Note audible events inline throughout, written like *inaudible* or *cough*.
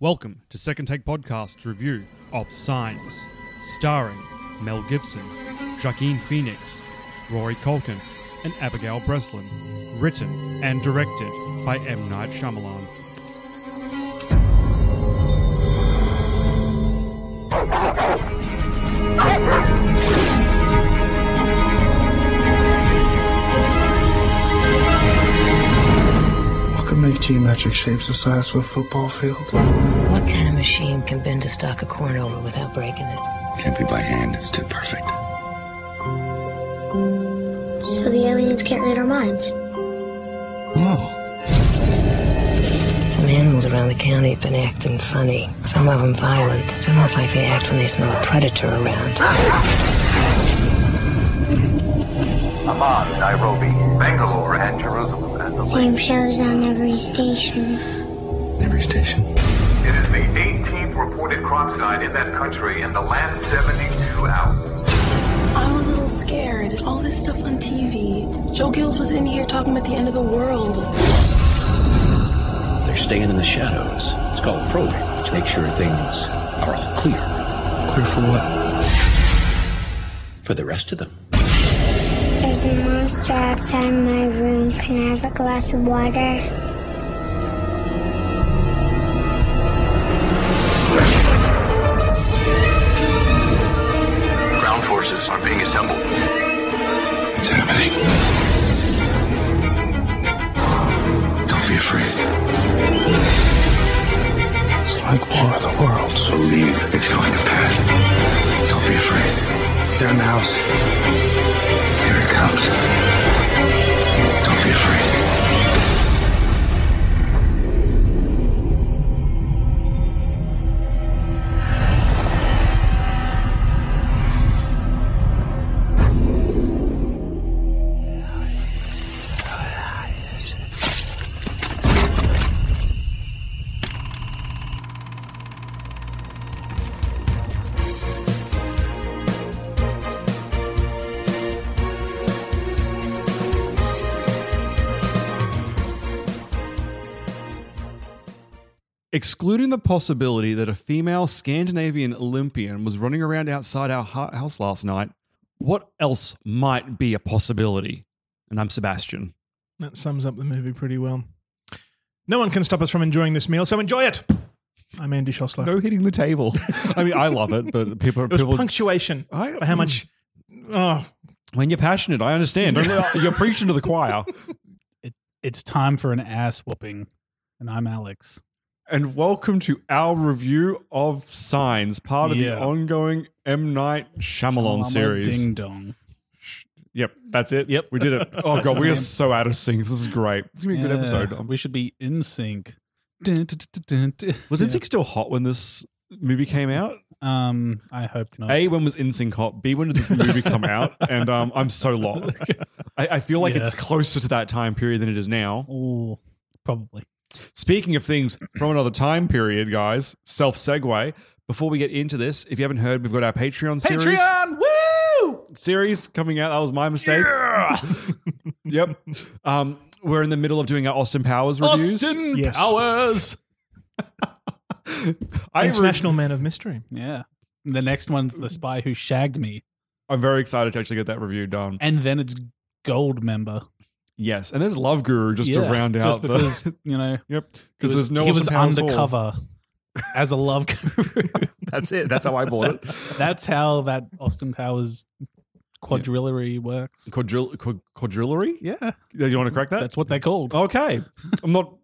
Welcome to Second Take Podcast's review of Signs, starring Mel Gibson, Joaquin Phoenix, Rory Culkin, and Abigail Breslin. Written and directed by M. Night Shyamalan. What can make geometric shapes the size of a football field? What kind of machine can bend a stalk of corn over without breaking it? Can't be by hand, it's too perfect. So the aliens can't read our minds. No. Some animals around the county have been acting funny. Some of them violent. It's almost like they act when they smell a predator around. Amman, Nairobi, Bangalore, and Jerusalem. And the Same shows on every station. Every station. It is the 18th reported crop site in that country in the last 72 hours. I'm a little scared. All this stuff on TV. Joe Gills was in here talking about the end of the world. They're staying in the shadows. It's called probing to make sure things are all clear Clear for what? for the rest of them. There's a monster outside my room. Can I have a glass of water? Ground forces are being assembled. It's happening. Don't be afraid. It's like War of the Worlds. Believe it's going to pass. Don't be afraid. They're in the house. Here it comes. Don't be afraid. Excluding the possibility that a female Scandinavian Olympian was running around outside our hu- house last night, what else might be a possibility? And I'm Sebastian. That sums up the movie pretty well. No one can stop us from enjoying this meal, so enjoy it. I'm Andy Schossler. No hitting the table. *laughs* I mean, I love it, but people, it was people punctuation. I- for how much? Oh, when you're passionate, I understand. Don't- you're preaching to the choir. it's time for an ass whooping. And I'm Alex. And welcome to our review of Signs, part of Yeah. the ongoing M. Night Shyamalan Mama series. Ding dong. Yep, that's it. Yep. we did *laughs* it. Oh That's god, the we are name. so out of sync. This is great. This is gonna be a good Yeah, episode. Um, We should be in sync. Dun, dun, dun, dun, dun. Was Yeah. InSync still hot when this movie came out? Um, I hope not. A, when was InSync hot? B, when did this movie *laughs* come out? And um, I'm so lost. I, I feel like Yeah. it's closer to that time period than it is now. Ooh, probably. Speaking of things from another time period, guys, self segue. Before we get into this, if you haven't heard, we've got our Patreon series. Woo! series coming out. That was my mistake. *laughs* yep. Um, we're in the middle of doing our Austin Powers reviews. Austin Yes. Powers. I international man of mystery. Yeah. The next one's the spy who shagged me, I'm very excited to actually get that review done. and then it's gold member. Yes, and there's Love Guru just to Yeah, round out. just because the, you know *laughs* yep, he because was- there's no. he Austin was Powers four. undercover as a love guru. That's it. That's how I bought it. *laughs* That's how that Austin Powers quadrillery works. Quadril quad- quadrillery. Yeah, Do you want to correct that? that's what they're called. Okay. I'm not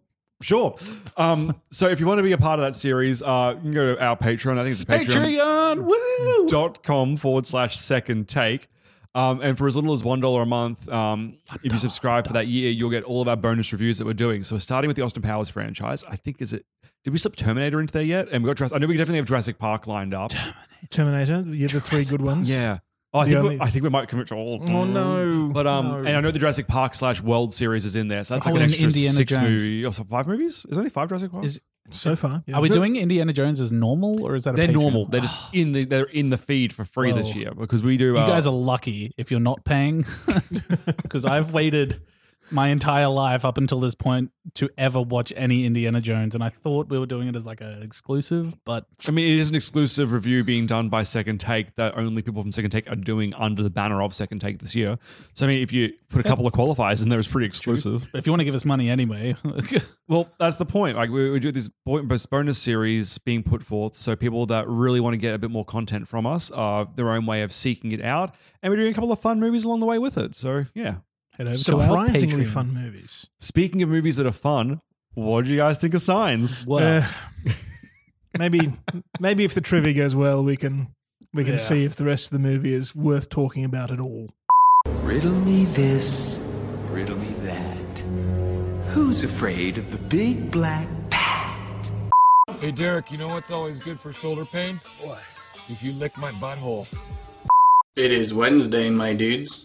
sure. Um, so if you want to be a part of that series, uh, you can go to our Patreon. I think it's Patreon. Patreon, woo! dot com forward slash second take. Um, and for as little as $1 a month, um, if you subscribe for that year, you'll get all of our bonus reviews that we're doing. So starting with the Austin Powers franchise, I think is it, did we slip Terminator into there yet? And we got Jurassic, I know we definitely have Jurassic Park lined up. Terminator, yeah, the three good ones. Yeah. Oh, I The think, only- we, I think we might commit to all. Oh, no. But um, No. and I know the Jurassic Park slash World series is in there, so that's Oh, like an and extra Indiana six Jones. movie or so five movies. Is there only five Jurassic Park? Is- So far, yeah. Are we No. doing Indiana Jones as normal or is that a they're Patreon? normal. They're just in the they're in the feed for free this Whoa. year because we do. You Uh, guys are lucky if you're *laughs* not paying because I've waited my entire life up until this point to ever watch any Indiana Jones and I thought we were doing it as like an exclusive, but I mean, it is an exclusive review being done by Second Take that only people from Second Take are doing under the banner of Second Take this year. So I mean, if you put a couple of qualifiers in there, it's pretty exclusive. if you want to give us money anyway, *laughs* Well, that's the point. Like we, we do this bo- this bonus series being put forth, so people that really want to get a bit more content from us are their own way of seeking it out, and we're doing a couple of fun movies along the way with it. So yeah, head over Surprisingly to our Patreon. fun movies. Speaking of movies that are fun, what do you guys think of Signs? Well, Uh, maybe, maybe if the trivia goes well, we can we can Yeah. see if the rest of the movie is worth talking about at all. Riddle me this, riddle me that. Who's afraid of the big black Hey, Derek, you know what's always good for shoulder pain? What? If you lick my butthole. It is Wednesday, my dudes.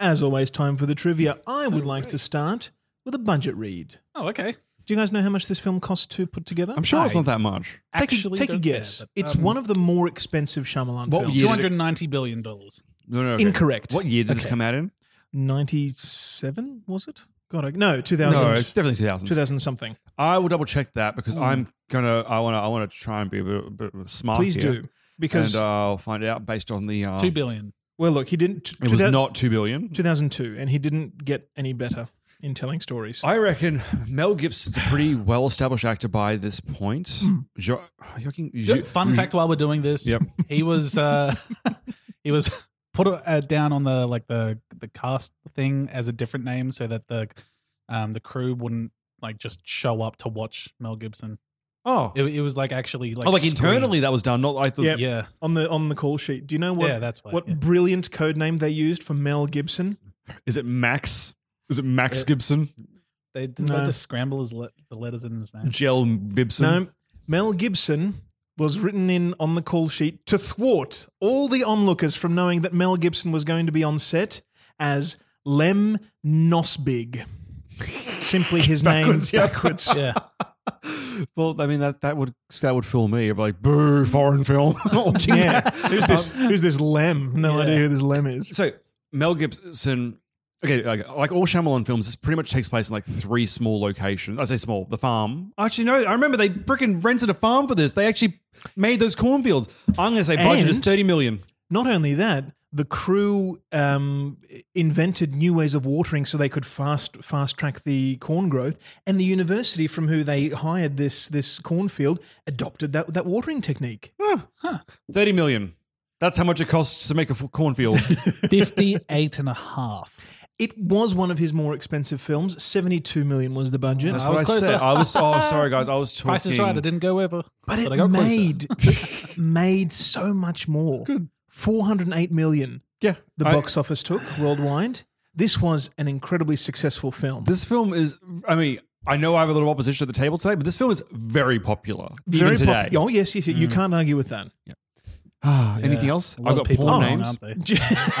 As always, time for the trivia. I would like to start with a budget read. Oh, okay. Do you guys know how much this film cost to put together? I'm sure it's not that much. Take, a, Actually take a don't care, guess. but, it's um, one of the more expensive Shyamalan What films. two hundred ninety billion dollars? No, no, Incorrect. What year did this Okay. come out in? 97 was it? God, I, no, 2000. No, it's definitely 2000s. 2000 something. I will double check that because Hmm. I'm gonna. I want to. I want to try and be a bit, bit smart. Please here. do, because- and, uh, I'll find out based on the uh, Two billion. Well, look, he didn't. t- It was 2000 not two billion. 2002, and he didn't get any better in telling stories. I reckon Mel Gibson's a pretty well-established actor by this point. Hmm. Jo- Joaquin- Jo- Mm. Fun fact: while we're doing this, Yep. he was uh, *laughs* he was put uh, down on the like the the cast thing as a different name so that the um the crew wouldn't like just show up to watch Mel Gibson. Oh, It, it was like actually like oh, like screened. internally that was done. Not I thought. Yeah, Yeah. On the on the call sheet, do you know what? Yeah, that's why, what yeah. brilliant code name they used for Mel Gibson. Is it Max? Is it Max Yeah. Gibson? They didn't No. they just scramble his le- the letters in his name. Gel Bibson. No, Mel Gibson was written in on the call sheet to thwart all the onlookers from knowing that Mel Gibson was going to be on set as Lem Nosbig. Simply his Backwards, name yeah. backwards. yeah. Well, I mean that that would that would fill me. I'd be like, boo, foreign film. *laughs* Yeah. Who's this? Who's this Lem? No Um, Yeah. idea who this Lem is. So Mel Gibson, okay, like, like all Shyamalan films, this pretty much takes place in like three small locations. I say small, the farm. Actually, no, I remember they freaking rented a farm for this. They actually made those cornfields. I'm going to say budget is And- thirty million. Not only that, the crew um, invented new ways of watering so they could fast fast track the corn growth, and the university from who they hired this this cornfield adopted that that watering technique. Thirty million. That's how much it costs to make a f- cornfield. 58 and *laughs* a half. It was one of his more expensive films. Seventy two million was the budget, That's what I said. I was. *laughs* Oh, sorry, guys. I was talking. Price is right. I didn't go over, but it I got closer. made it *laughs* made so much more. Good. Four hundred eight million. Yeah, the I- box office took worldwide. This was an incredibly successful film. This film is. I mean, I know I have a little opposition at the table today, but this film is very popular Very even today. pop- oh yes, yes, yes. Mm. you can't argue with that. Ah, Yeah. Anything else? A lot I've of got people porn are wrong, names. aren't they?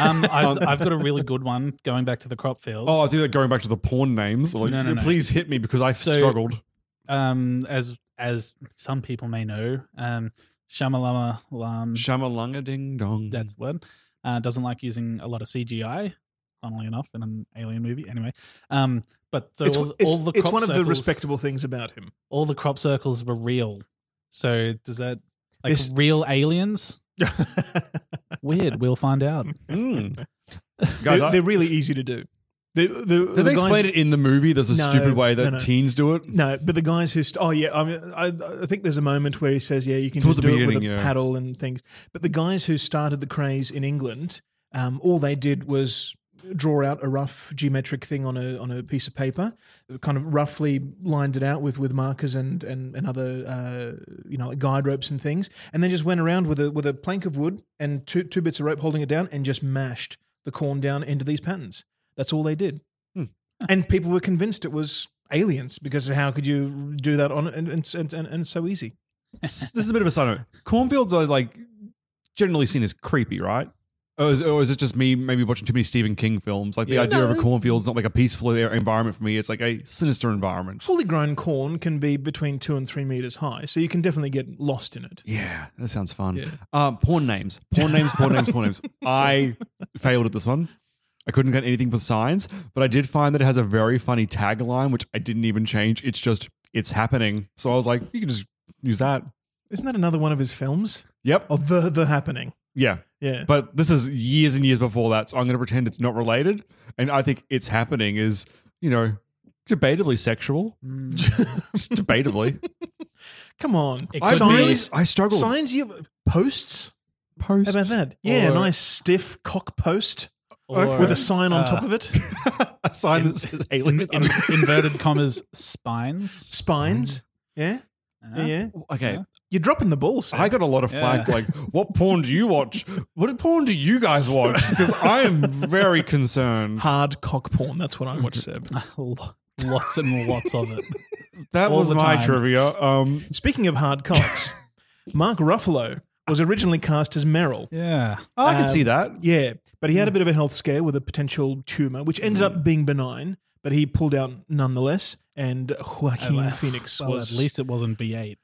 *laughs* um, I've, I've got a really good one going back to the crop fields. Oh, I do that going back to the porn names. Like, No, no, no. Please hit me because I've So- struggled. um, as as some people may know, um, Shamalama Lam, Shamalunga ding dong. that's the word, uh, doesn't like using a lot of CGI, funnily enough, in an alien movie. Anyway, um, but so it's all, it's- all the it's crop one of the circles- respectable things about him. all the crop circles were real. So does that like This- real aliens? Weird. We'll find out. *laughs* Mm. Guys, They're, I- they're really easy to do. The, the, did they explain it in the movie? There's a No, stupid way that no, no. teens do it. No, but the guys who st- oh yeah, I mean, I, I think there's a moment where he says, yeah, you can Towards just the do it with a beginning, yeah. paddle and things. But the guys who started the craze in England, um, all they did was draw out a rough geometric thing on a on a piece of paper, kind of roughly lined it out with with markers and and, and other uh, you know like guide ropes and things, and then just went around with a with a plank of wood and two two bits of rope holding it down, and just mashed the corn down into these patterns. That's all they did, and people were convinced it was aliens because how could you do that on and and and, and it's so easy. this is a bit of a side note. Cornfields are like generally seen as creepy, right? Or is, or is it just me maybe watching too many Stephen King films? Like the Yeah. idea of a No. cornfield's not like a peaceful e- environment for me. It's like a sinister environment. Fully grown corn can be between two and three meters high, so you can definitely get lost in it. Yeah, that sounds fun. Uh, porn names, porn names, porn names, porn *laughs* names. I failed at this one. I couldn't get anything for signs, but I did find that it has a very funny tagline, which I didn't even change. It's just it's happening. So I was like, you can just use that. Isn't that another one of his films? Yep. Of the the happening. Yeah. Yeah. But this is years and years before that, so I'm going to pretend it's not related. And I think it's happening is, you know, debatably sexual. Just debatably. Mm. *laughs* Come on, I signs. really- I struggled. Signs you uh, posts. Posts. How about that? Yeah, Or- nice stiff cock post Or, with a sign on uh, top of it. *laughs* a sign that says alien. In- *laughs* inverted commas spines. Uh-huh. Spines. Yeah. Yeah. Yeah. yeah. *laughs* Okay. You're dropping the ball, Sam. I got a lot of flack. Yeah. Like, what porn do you watch? What porn do you guys watch? Because I am very *laughs* concerned. Hard cock porn. That's what I watch, *laughs* Seb. lots and lots of it. That All was the my time. trivia. Um, Speaking of hard cocks, Mark Ruffalo was originally cast as Merrill. Yeah. Oh, I can Um, see that. Yeah, but he had a bit of a health scare with a potential tumor, which ended Mm. up being benign, but he pulled out nonetheless. And Joaquin Well, Phoenix well, was at least it wasn't B8.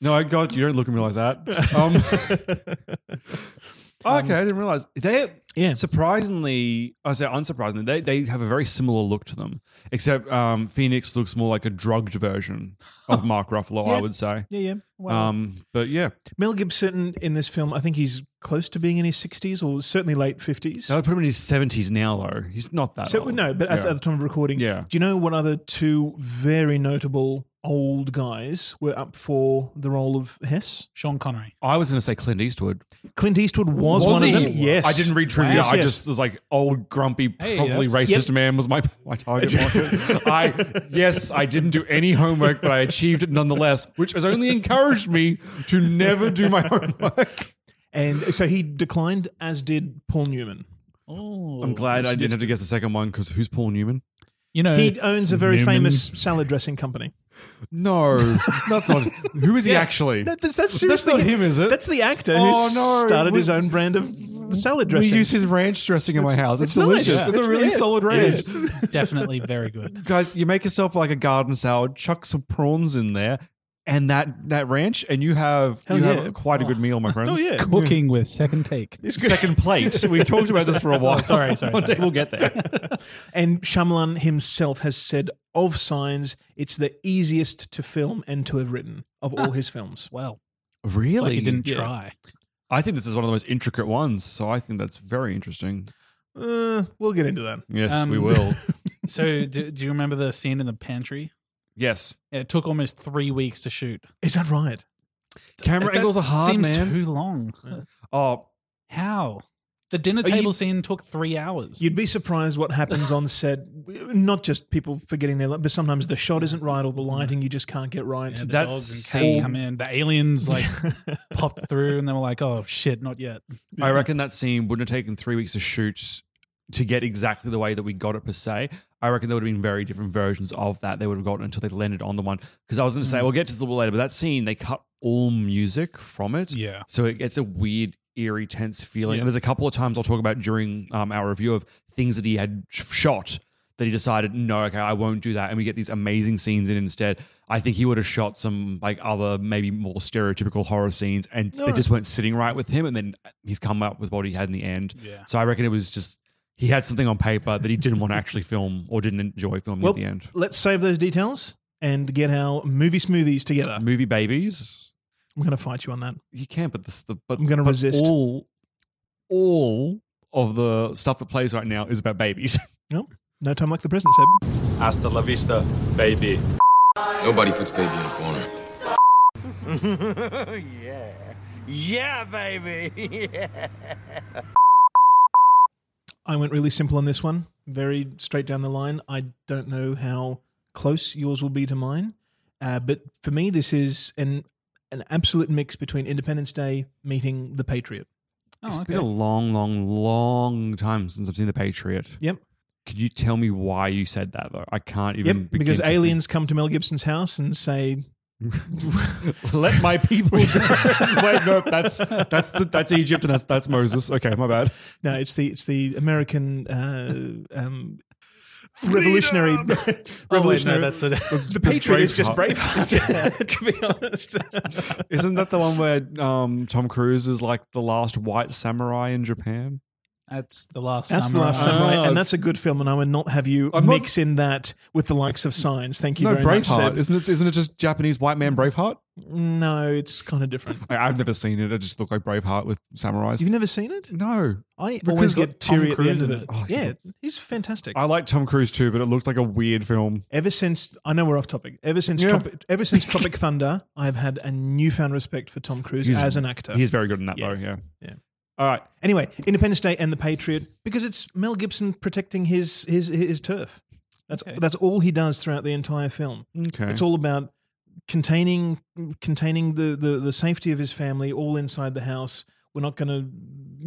No, I got you. Don't look at me like that. Um, *laughs* okay, I didn't realize they. Yeah, surprisingly, I say unsurprisingly, they they have a very similar look to them, except um, Phoenix looks more like a drugged version *laughs* of Mark Ruffalo. I Yeah. would say. Yeah, yeah. Um, but yeah, *laughs* Mel Gibson in this film, I think he's close to being in his 60s or certainly late 50s. I would put him in his seventies now, though. He's not that. So old. no, but at, Yeah. at the time of recording, Yeah. Do you know what other two very notable old guys were up for the role of Hess? Sean Connery. I was going to say Clint Eastwood. Clint Eastwood was, one of them. Yes, I didn't read trivia. Yes, I yes. just was like, old grumpy, Hey, probably that's- racist Yep. man was my my *laughs* target market. I yes, I didn't do any homework, but I achieved it nonetheless, which has only encouraged me to never do my *laughs* homework. and so he declined, as did Paul Newman. Oh, I'm glad I didn't have to guess the second one because who's Paul Newman? You know, he owns a very Newman. famous salad dressing company. No, that's not. Who is he Yeah. actually? No, that's, that's seriously not him, is it? That's the actor Oh, who no. started his We- own brand of salad we dressing. use his ranch dressing in my house. It's, it's nice. delicious. Yeah. It's, It's- a really yeah. solid It ranch. is. *laughs* definitely very good. guys, you make yourself like a garden salad, chuck some prawns in there, and that that ranch, and you have Hell you yeah. have quite a good meal, my friends. *laughs* Oh yeah, Cooking with second take. Second plate. We talked about this for a while. Sorry, *laughs* sorry, One sorry. day we'll get there. And Shyamalan himself has said of Signs, it's the easiest to film and to have written of Ah, all his films. Well, Really? it's like you didn't Yeah. try. I think this is one of the most intricate ones, so I think that's very interesting. Uh, we'll get into that. Yes, Um, we will. *laughs* So, do, do you remember the scene in the pantry? yes. Yeah, It took almost three weeks to shoot. Is that right? Camera That angles are hard, seems man. too long. oh, How? The dinner Are you- table scene took three hours. You'd be surprised what happens on set. Not just people forgetting their, li- but sometimes the shot isn't right or the lighting you just can't get right. Yeah, the that dogs and cats scene- come in. The *laughs* aliens like popped through, and they were like, "Oh shit, not yet." I reckon that scene wouldn't have taken three weeks to shoot to get exactly the way that we got it per se. I reckon there would have been very different versions of that they would have gotten until they landed on the one. Because I was going to say, Mm. we'll get to this a little later, but that scene, they cut all music from it. Yeah. So it gets a weird, eerie, tense feeling. And there's a couple of times I'll talk about during um, our review of things that he had sh- shot that he decided, no, okay, I won't do that. And we get these amazing scenes in instead. I think he would have shot some like other, maybe more stereotypical horror scenes and they Alright. just weren't sitting right with him. And then he's come up with what he had in the end. Yeah. So I reckon it was just he had something on paper that he didn't want to actually film or didn't enjoy filming Well, at the end. let's save those details and get our movie smoothies together. Movie babies, I'm going to fight you on that. you can, but this the but I'm gonna but resist. all all of the stuff that plays right now is about babies. *laughs* No, no time like the present, Seb. Hasta la vista, baby. *laughs* Nobody puts baby in a corner. yeah. Yeah, baby. *laughs* yeah. I went really simple on this one, very straight down the line. I don't know how close yours will be to mine, uh, but for me, this is an an absolute mix between Independence Day meeting The Patriot. It's been a long, long, long time since I've seen The Patriot. Yep. Could you tell me why you said that though? I can't even. yep, because begin to- aliens come to Mel Gibson's house and say, let my people. go." *laughs* Wait, no, that's that's the, that's Egypt and that's that's Moses. Okay, my bad. "No, it's the it's the American uh, um, revolutionary *laughs* revolutionary." *laughs* that's it. the Patriot is just Braveheart. Braveheart. *laughs* to be honest, Isn't that the one where um, Tom Cruise is like the last white samurai in Japan? That's the last. Oh, That's the Uh, last Samurai. samurai, Ah, and that's a good film. And I would not have you I'm not- mix in that with the likes of Signs. Thank you No, very much. Braveheart. Seb. Isn't it? Isn't it just Japanese white man Braveheart? No, it's kind of different. I, I've never seen it. I just look like Braveheart with samurais. You've never seen it? no, I Because always it's get got Tom teary at the end Cruise of in it. it. Oh, yeah, he's fantastic. I like Tom Cruise too, but it looked like a weird film. ever since I know we're off topic. Ever since Yeah. Tropic, *laughs* ever since Tropic Thunder, I've had a newfound respect for Tom Cruise He's- as an actor. He's very good in that though. Yeah. Yeah. All right. Anyway, Independence Day and The Patriot because it's Mel Gibson protecting his his his turf. That's Okay. that's all he does throughout the entire film. Okay. It's all about containing containing the, the the safety of his family all inside the house. We're not going to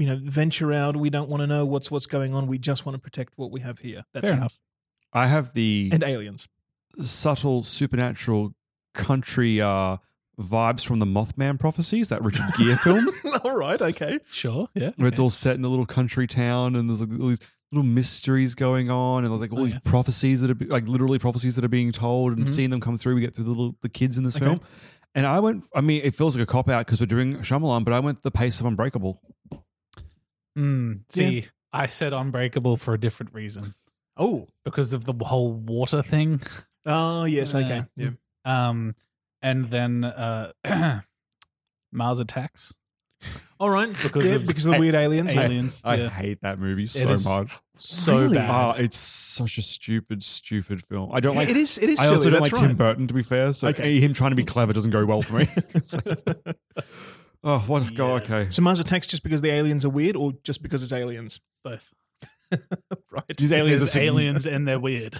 you know venture out. We don't want to know what's what's going on. We just want to protect what we have here. That's Fair it. enough. I have the And aliens. subtle supernatural country uh, vibes from the Mothman prophecies, that Richard Gere film. *laughs* all right. Okay. Sure. Yeah. where it's all set in a little country town and there's like all these little mysteries going on and like all Oh, these yeah. prophecies that are be- like literally prophecies that are being told and Mhm. seeing them come through. We get through the little the kids in this Mm-hmm. Okay. film. And I went, I mean, it feels like a cop out because we're doing Shyamalan, but I went the pace of Unbreakable. Mm, see, I said Unbreakable for a different reason Oh. because of the whole water thing. Oh yes. Okay. Yeah. yeah. Um, and then uh, *clears throat* Mars Attacks All right. because Yeah, of because of the weird aliens. I- aliens. I, yeah. hate that movie so is much. so Really? bad. Ah, it's such a stupid, stupid film. I don't like it is. It is. I silly, also don't like that's Tim right. Burton, to be fair. So Okay. him trying to be clever doesn't go well *laughs* for me. *laughs* It's like- oh, what? God, okay. So Mars attacks just because the aliens are weird, or just because it's aliens. Both. right. These aliens There's are sign- aliens and *laughs* they're weird.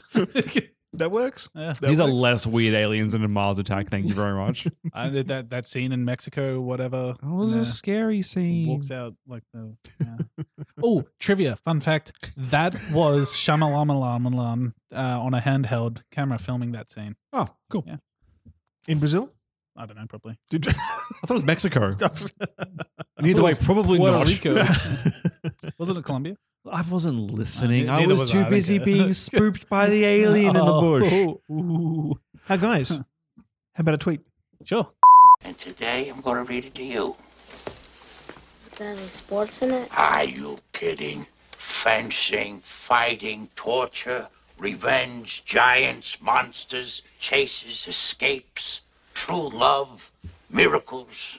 That works. *laughs* Yeah. That These are works. less weird aliens than a Mars attack. Thank you very much. *laughs* I did that that scene in Mexico, whatever. That was and, a uh, scary scene. Walks out like the. yeah. *laughs* oh, trivia! Fun fact: that was Shamalamalam uh, on a handheld camera filming that scene. Oh, cool. Yeah. in Brazil. I don't know, probably. Did *laughs* I thought it was *laughs* Mexico. thought Either it way, was probably Puerto not. Rico. Was it in Colombia? I wasn't listening. Uh, I neither was, was too I, busy okay. *laughs* being spooked by the alien in the bush. Oh, ooh. How guys? How about a tweet? Sure. And today I'm going to read it to you. It's got any sports in it? Are you kidding? Fencing, fighting, torture, revenge, giants, monsters, chases, escapes, true love, miracles.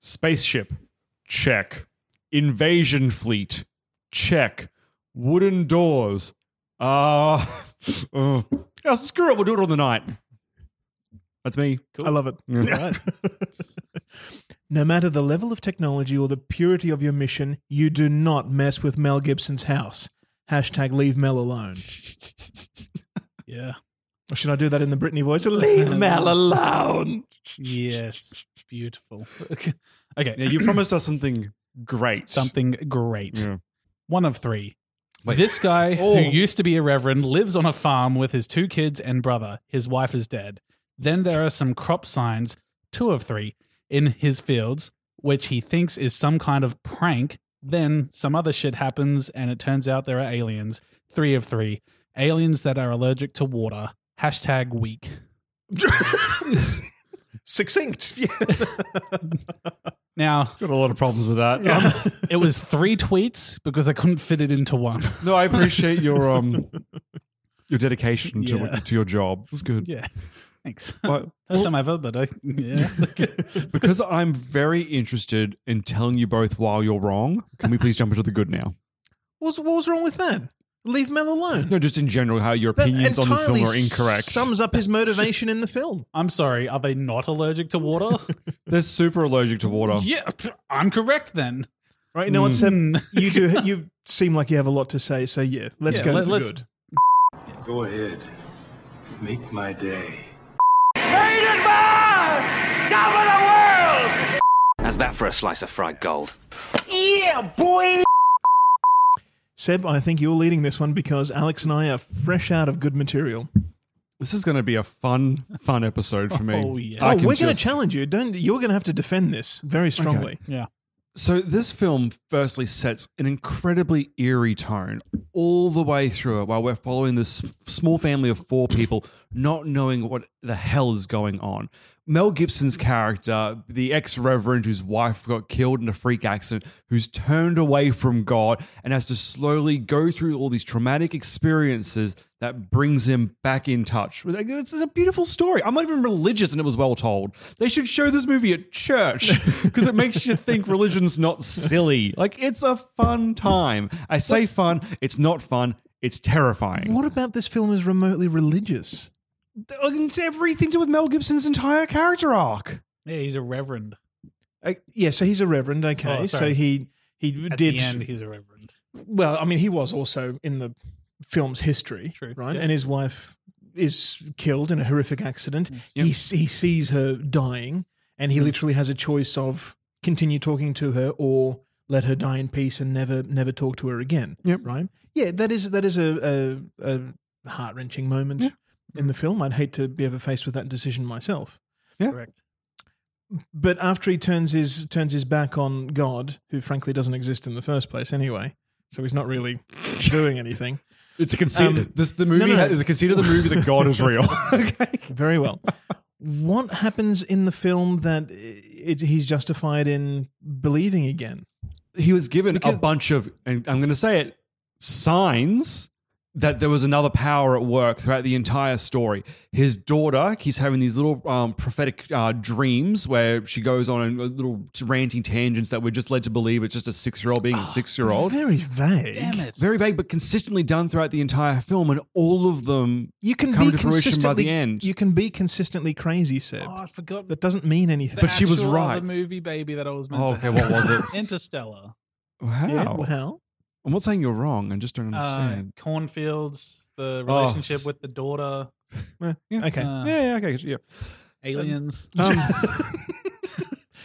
Spaceship. Check. Invasion fleet. Check. Wooden doors. Uh, *laughs* uh yeah, screw it. We'll do it all the night. That's me. I love it. *laughs* Yeah. No matter the level of technology or the purity of your mission, you do not mess with Mel Gibson's house. Hashtag leave Mel alone. Yeah. Or should I do that in the Britney voice? Leave *laughs* Mel alone. Yes. Beautiful. Okay. Okay. Yeah, you promised us something great. Something great. Yeah. One of three. Wait. This guy Oh. who used to be a reverend lives on a farm with his two kids and brother. His wife is dead. Then there are some crop signs, two of three, in his fields, which he thinks is some kind of prank. Then some other shit happens, and it turns out there are aliens. Three of three. Aliens that are allergic to water. Hashtag weak. Succinct. Yeah. Now, *laughs* Got a lot of problems with that. Um, *laughs* it was three tweets because I couldn't fit it into one. no, I appreciate your *laughs* um your dedication to Yeah. to your job. It was good. Yeah. *laughs* Thanks. Well, First time ever, but I, yeah. because I'm very interested in telling you both while you're wrong. Can we please jump into the good now? What's, what was wrong with that? Leave Mel alone. No, just in general, how your opinions on this film entirely are incorrect. Sums up his motivation in the film. I'm sorry, are they not allergic to water? They're super allergic to water. yeah, I'm correct then. Right now, it's Mm. um, you *laughs* do. You seem like you have a lot to say. So yeah, let's Yeah, go. let- to the let's- good. Go ahead. Make my day. Top of the world! How's that for a slice of fried gold? Yeah, boy! Seb, I think you're leading this one because Alex and I are fresh out of good material. This is going to be a fun, fun episode for me. Oh, yeah. I oh, can we're going to just- challenge you. Don't you're going to have to defend this very strongly. Yeah. So this film firstly sets an incredibly eerie tone all the way through it while we're following this small family of four people not knowing what the hell is going on. Mel Gibson's character, the ex-reverend whose wife got killed in a freak accident, who's turned away from God and has to slowly go through all these traumatic experiences that brings him back in touch. Like, It's it's a beautiful story. I'm not even religious and it was well told. They should show this movie at *laughs* church because it makes you think religion's not silly. Like it's a fun time. I say fun, it's not fun, it's terrifying. What about this film is remotely religious? It's everything to do with Mel Gibson's entire character arc. Yeah, he's a reverend. Uh, yeah, so he's a reverend. Okay, Oh, so sorry. he he At did. the end, he's a reverend. well, I mean, he was also in the film's history, True, right? yeah. And his wife is killed in a horrific accident. Mm. He He he sees her dying, and Mm. he literally has a choice of continue talking to her or let her die in peace and never never talk to her again. Yep. Right? Yeah, that is that is a a, a heart wrenching moment in the film. I'd hate to be ever faced with that decision myself. Yeah. Correct. *laughs* But after he turns his turns his back on God, who frankly doesn't exist in the first place anyway, so he's not really doing anything. It's a conceit. Um, this the movie no, no. ha- is a conceit of the movie that God *laughs* is real. Very *laughs* well. What happens in the film that it, he's justified in believing again? he was given Because- a bunch of, and I'm going to say it, signs that there was another power at work throughout the entire story. His daughter keeps having these little um, prophetic uh, dreams where she goes on and uh, little ranting tangents that we're just led to believe it's just a six year old being a six year old. Ah, Very vague. Damn it. Very vague, but consistently done throughout the entire film, and all of them You can come be to fruition by consistently the end. You can be consistently crazy, Seb. Oh, I forgot. that doesn't mean anything. the But she was actual right. other movie baby that I was meant Oh, to okay, have. what was it? *laughs* Interstellar. wow. Yeah, well, I'm not saying you're wrong. I just don't Uh, understand. cornfields, the Oh, relationship s- with the daughter, eh, okay, yeah, uh, yeah, okay, yeah. aliens. Um,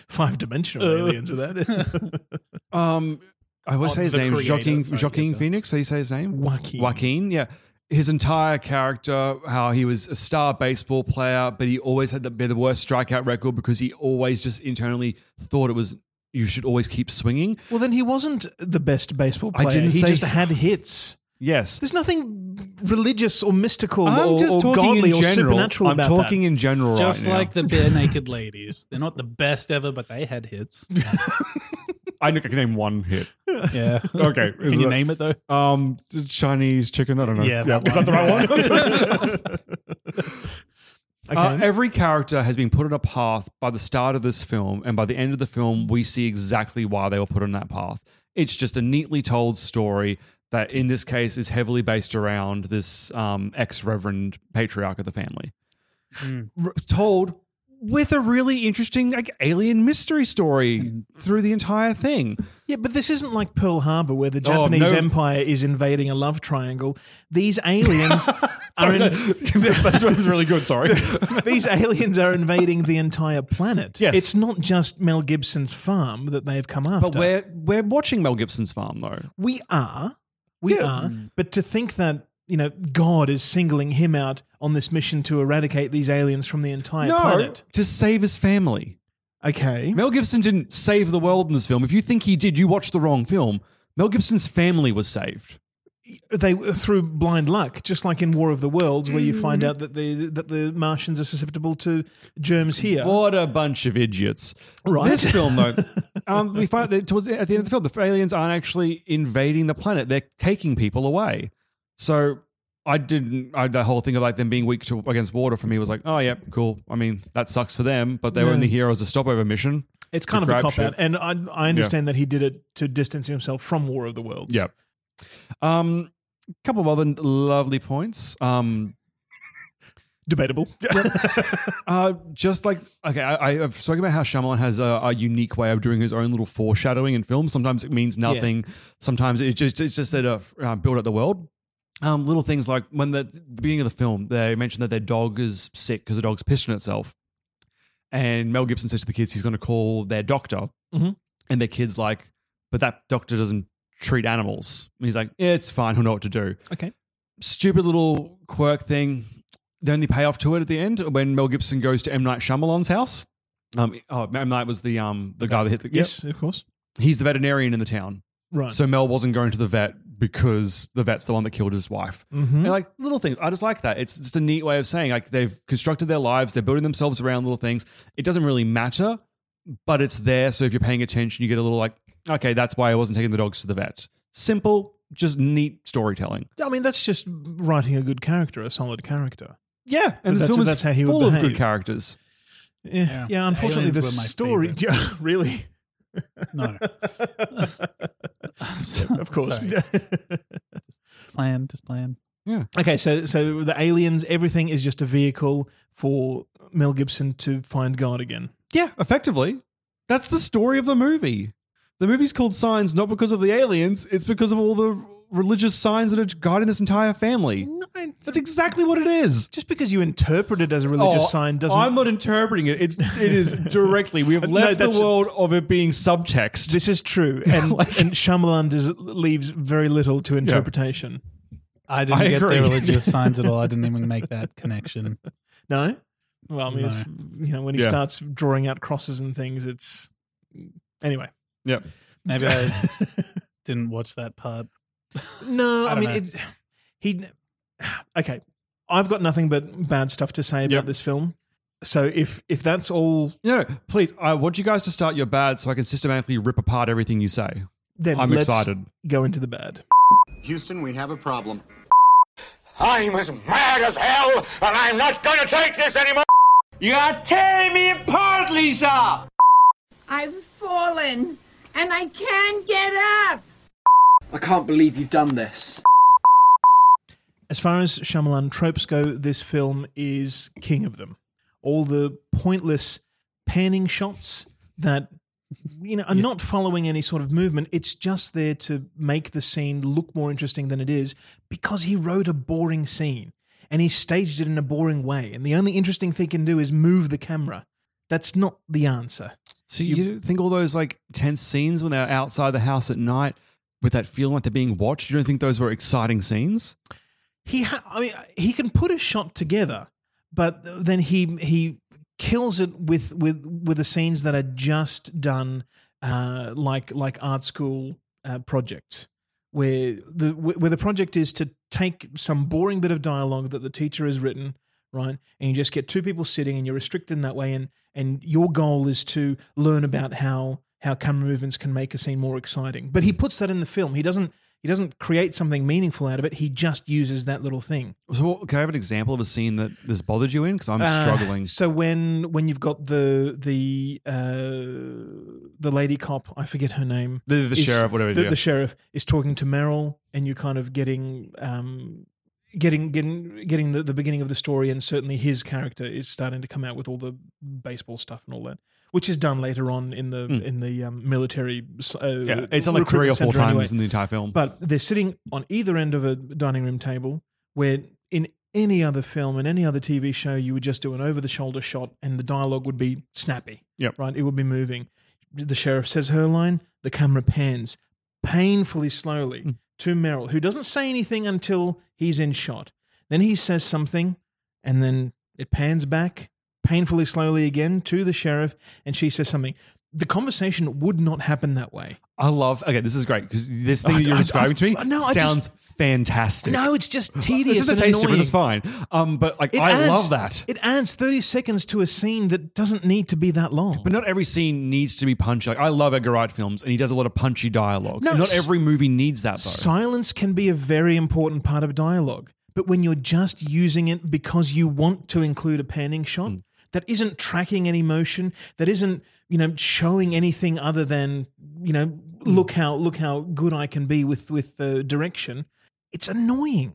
five dimensional Uh. aliens are that. Um, I always Oh, say his the name is creator, Joaquin, sorry, Joaquin yeah. Phoenix. How you say his name? Joaquin. Joaquin, yeah. His entire character, how he was a star baseball player, but he always had the, be the worst strikeout record because he always just internally thought it was you should always keep swinging. well, then he wasn't the best baseball I player. didn't he say- just *laughs* had hits. Yes. There's nothing religious or mystical I'm or, just or talking godly in or general. supernatural I'm about talking that. in general Just right like now. the bare naked ladies. They're not the best ever, but they had hits. *laughs* I think I can name one hit. Yeah. *laughs* Okay, Can is you it- name it though? Um, the Chinese chicken. I don't know. Yeah, that is that the right one? *laughs* Uh, Okay. every character has been put on a path by the start of this film, and by the end of the film, we see exactly why they were put on that path. It's just a neatly told story that, in this case, is heavily based around this um, ex Reverend patriarch of the family. R- told with a really interesting like alien mystery story through the entire thing. Yeah, but this isn't like Pearl Harbor where the Oh, Japanese no. empire is invading a love triangle. These aliens are *laughs* in, That's what was really good. *laughs* Sorry. these aliens are invading the entire planet. Yes. It's not just Mel Gibson's farm that they've come after. But we're we're watching Mel Gibson's farm though. we are. We Yeah. are. But to think that, you know, God is singling him out on this mission to eradicate these aliens from the entire planet. to save his family. Okay. Mel Gibson didn't save the world in this film. If you think he did, you watched the wrong film. Mel Gibson's family was saved. they through blind luck, just like in War of the Worlds, where you find out that the that the Martians are susceptible to germs here. What a bunch of idiots! Right. This film, though, *laughs* um, we find that towards the, at the end of the film, the aliens aren't actually invading the planet; they're taking people away. So I didn't. I, the whole thing of like them being weak to, against water for me was like, oh yeah, cool. I mean, that sucks for them, but they were Yeah. only here as a stopover mission. It's kind of The a crap cop out, shit. and I I understand that he did it to distance himself from War of the Worlds. Yep. Um, couple of other lovely points. Um, Debatable. uh, just like okay, I, I've spoken about how Shyamalan has a, a unique way of doing his own little foreshadowing in films. Sometimes it means nothing. Sometimes it just it's just there to uh, build up the world. Um, little things like when the, the beginning of the film, they mentioned that their dog is sick because the dog's pissed on itself, and Mel Gibson says to the kids he's going to call their doctor, Mhm. and their kids like, but that doctor doesn't treat animals. And he's like, yeah, it's fine. He'll know what to do. Okay. Stupid little quirk thing. The only payoff to it at the end when Mel Gibson goes to M Night Shyamalan's house. Um, oh, M Night was the um the guy that hit the Yes, yep. of course. He's the veterinarian in the town. Right. So Mel wasn't going to the vet because the vet's the one that killed his wife. Mhm. And like little things. I just like that. It's just a neat way of saying like they've constructed their lives, they're building themselves around little things. It doesn't really matter, but it's there. So if you're paying attention, you get a little like, okay, that's why I wasn't taking the dogs to the vet. Simple, just neat storytelling. I mean, that's just writing a good character, a solid character. Yeah, and But this that's- film is that's how he would full of behave. good characters. Yeah, Eh, yeah. unfortunately, the Aliens were my story. favorite. Yeah, *laughs* really. No. I'm so- Yeah, of course. sorry. plan, just plan. Yeah. Okay, so so the aliens, everything is just a vehicle for Mel Gibson to find God again. Yeah, effectively. That's the story of the movie. The movie's called Signs not because of the aliens, it's because of all the religious signs that are guiding this entire family. That's exactly what it is. Just because you interpret it as a religious Oh, sign doesn't. I'm not interpreting it. It's it *laughs* is directly. We have No, left that's- the world of it being subtext. this *laughs* is true, and and Shyamalan does, leaves very little to interpretation. I *laughs* didn't I get agree. the religious signs at all. I didn't even make *laughs* that connection. No. Well, I mean, it's, you know, when he Yeah. starts drawing out crosses and things, it's anyway. Yep. Maybe *laughs* I didn't watch that part. No, I, *laughs* I don't mean, know. it, he. Okay, I've got nothing but bad stuff to say about this film. So if if that's all, No, no, please. I want you guys to start your bad so I can systematically rip apart everything you say. then I'm let's excited. Go into the bad. Houston, we have a problem. I'm as mad as hell, and I'm not gonna take this anymore! You are tearing me apart, Lisa! I've fallen and I can't get up. I can't believe you've done this. As far as Shyamalan tropes go, this film is king of them. All the pointless panning shots that you know are not following any sort of movement. It's just there to make the scene look more interesting than it is because he wrote a boring scene and he staged it in a boring way. And the only interesting thing he can do is move the camera. That's not the answer. So you, don't think all those like tense scenes when they're outside the house at night with that feeling like they're being watched? You don't think those were exciting scenes? he ha- I mean he can put a shot together, but then he he kills it with with with the scenes that are just done uh, like like art school uh, projects where the wh- where the project is to take some boring bit of dialogue that the teacher has written right and you just get two people sitting and you're restricted in that way and and your goal is to learn about how how camera movements can make a scene more exciting but he puts that in the film he doesn't he doesn't create something meaningful out of it he just uses that little thing So what, can I have an example of a scene that this bothered you in? Because I'm uh, struggling. So when when you've got the the uh, the lady cop, I forget her name, The- the sheriff, whatever it The, is, yeah. the sheriff is talking to Merrill, and you're kind of getting um, getting getting getting the, the beginning of the story, and certainly his character is starting to come out with all the baseball stuff and all that, which is done later on in the Mm. in the um, military. Uh, Yeah, it's done like three or recruitment four center anyway. times in the entire film. But they're sitting on either end of a dining room table where in any other film and any other TV show you would just do an over the shoulder shot and the dialogue would be snappy. Yep. Right? It would be moving. The sheriff says her line, the camera pans painfully slowly Mm. to Merrill, who doesn't say anything until he's in shot. Then he says something and then it pans back painfully slowly again to the sheriff and she says something. The conversation would not happen that way. I love. Okay, this is great because this thing I- that *laughs* you're I- describing I- to me no, I just- sounds fantastic. No, it's just tedious *laughs* It's in and the taste difference. annoying. It's fine. Um, but like I love that. It adds 30 seconds to a scene that doesn't need to be that long. But not every scene needs to be punchy. Like I love Edgar Wright films, and he does a lot of punchy dialogue. No, not s- every movie needs that though. Silence can be a very important part of dialogue, but when you're just using it because you want to include a panning shot that isn't tracking any motion, that isn't, you know, showing anything other than, you know, look how look how good I can be with with uh, direction, It's annoying.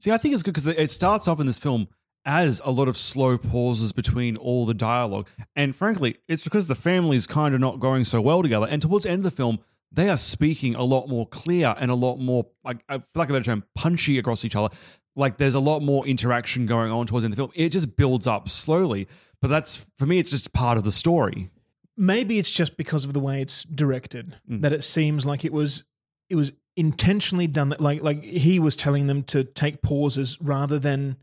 See, I think it's good because it starts off in this film as a lot of slow pauses between all the dialogue. And frankly, it's because the family's kind of not going so well together. And towards the end of the film, they are speaking a lot more clear and a lot more, like, uh, for lack of a better term, punchy across each other. Like there's a lot more interaction going on towards the end of the film. It just builds up slowly. But that's, for me, it's just part of the story. Maybe it's just because of the way it's directed mm. that it seems like it was it was intentionally done that like like he was telling them to take pauses rather than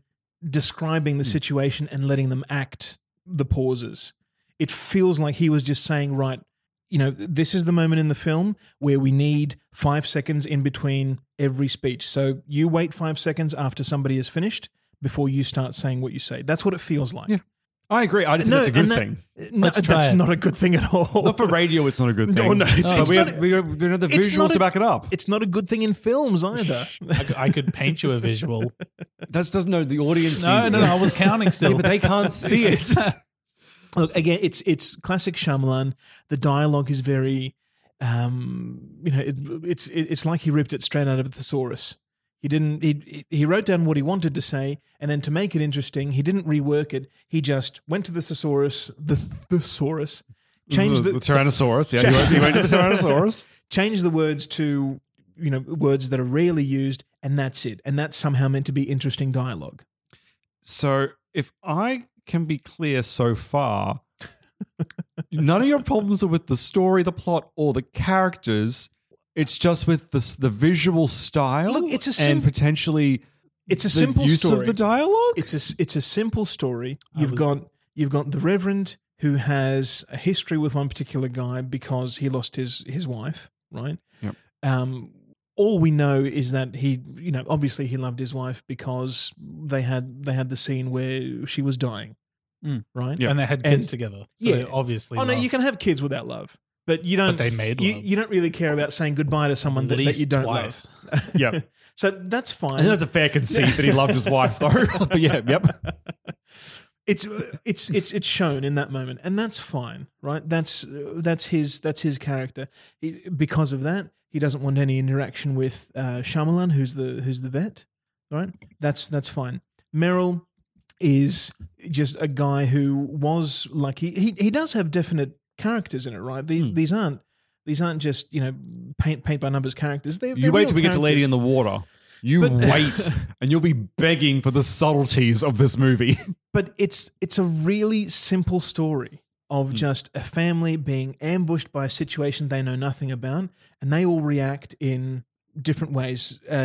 describing the situation and letting them act the pauses. It feels like he was just saying, right, you know, this is the moment in the film where we need five seconds in between every speech. So you wait five seconds after somebody has finished before you start saying what you say. That's what it feels like. Yeah. I agree. I just no, think it's a *laughs* good that, thing. No, that's it. not a good thing at *laughs* all. Not for radio, it's not a good thing. No, no, it's, oh, it's we, not, have, we, have, we have the visuals a, to back it up. It's not a good thing in films either. I, I, could paint you a visual. That doesn't know the audience. No, no, no, I *laughs* was counting still, yeah, but they can't see it. *laughs* *laughs* Look again. It's it's classic Shyamalan. The dialogue is very, um, you know, it, it's it, it's like he ripped it straight out of a thesaurus. He didn't. He he wrote down what he wanted to say, and then to make it interesting, he didn't rework it. He just went to the thesaurus, the thesaurus, changed the, the, the tyrannosaurus. Yeah, he went, he went *laughs* to the tyrannosaurus. Changed the words to you know words that are rarely used, and that's it. And that's somehow meant to be interesting dialogue. So, if I can be clear so far, *laughs* none of your problems are with the story, the plot, or the characters. It's just with the the visual style. Look, it's a sim- and potentially it's a the simple use story. of the dialogue. It's a it's a simple story. You've was, got you've got the Reverend who has a history with one particular guy because he lost his his wife, right? Yep. Um, all we know is that he, you know, obviously he loved his wife because they had they had the scene where she was dying, Hmm. mm. right? Yep. And they had kids and, together. So yeah, obviously. Oh no, you can have kids without love but you don't. But they made you, you, don't really care about saying goodbye to someone that, that, you don't twice. love. *laughs* yep. so that's fine. And that's a fair conceit that he loved his wife, though. *laughs* but yeah, yep. It's it's it's it's shown in that moment, and that's fine, right? That's that's his that's his character. He, because of that, he doesn't want any interaction with uh, Shyamalan, who's the who's the vet, right? That's that's fine. Meryl is just a guy who was lucky. He he does have definite characters in it, right? Hmm. These, mm. these aren't these aren't just you know paint paint by numbers characters. They're, you they're wait till we characters. get to Lady in the Water. You but, *laughs* wait, and you'll be begging for the subtleties of this movie. *laughs* But it's it's a really simple story of mm. just a family being ambushed by a situation they know nothing about, and they all react in different ways. Uh, uh,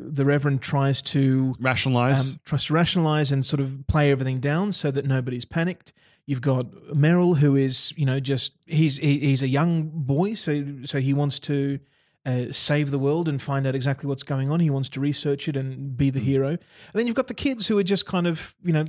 the Reverend tries to rationalize, um, tries to rationalize, and sort of play everything down so that nobody's panicked. You've got Merrill, who is you know just he's he, he's a young boy, so so he wants to uh, save the world and find out exactly what's going on. He wants to research it and be the Hmm. hero. And then you've got the kids who are just kind of you know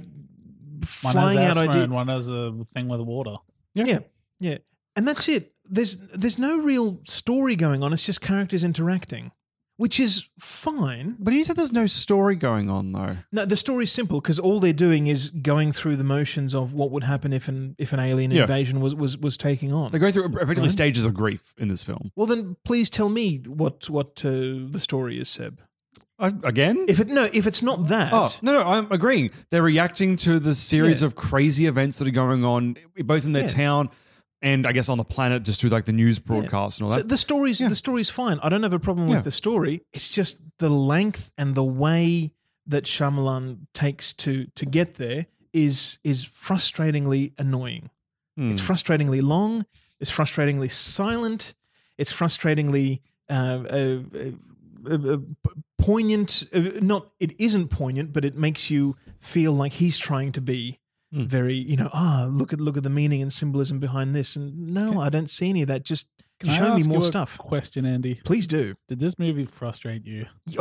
flying one has out ideas. One has a thing with water. Yeah. yeah, yeah, and that's it. There's there's no real story going on. It's just characters interacting. Which is fine, but you said there's no story going on, though. No, the story's simple because all they're doing is going through the motions of what would happen if an if an alien Yeah. invasion was, was was taking on. They go through effectively stages of grief in this film. Well, then please tell me what what uh, the story is, Seb. I, again, if it no, if it's not that, oh no, no, I'm agreeing. They're reacting to the series yeah. of crazy events that are going on, both in their Yeah. town and I guess on the planet just through like the news broadcast and all So that. the story's the story's fine. I don't have a problem Yeah. with the story. It's just the length and the way that Shyamalan takes to to get there is is frustratingly annoying. Hmm. It's frustratingly long. It's frustratingly silent. It's frustratingly uh, uh, uh, uh, uh, poignant. Uh, not it isn't poignant, but it makes you feel like he's trying to be Hmm. Mm. very you know ah look at look at the meaning and symbolism behind this. And no, I don't see any of that. Just Can I show me ask more you a stuff. question, Andy. Please do. Did this movie frustrate you? *laughs*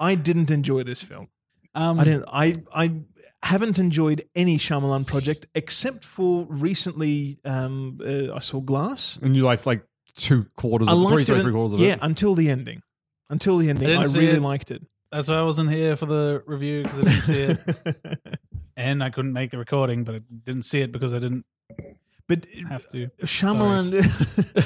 I didn't enjoy this film. Um, I didn't. I I haven't enjoyed any Shyamalan project except for recently. Um, uh, I saw Glass. and you liked like two quarters, I of, three, liked three, it. three quarters of yeah, it. until the ending. Until the ending, didn't I, see really it. liked it. That's why I wasn't here for the review because I *laughs* didn't see it, and I couldn't make the recording, but I didn't see it because I didn't But have to. Shyamalan, *laughs*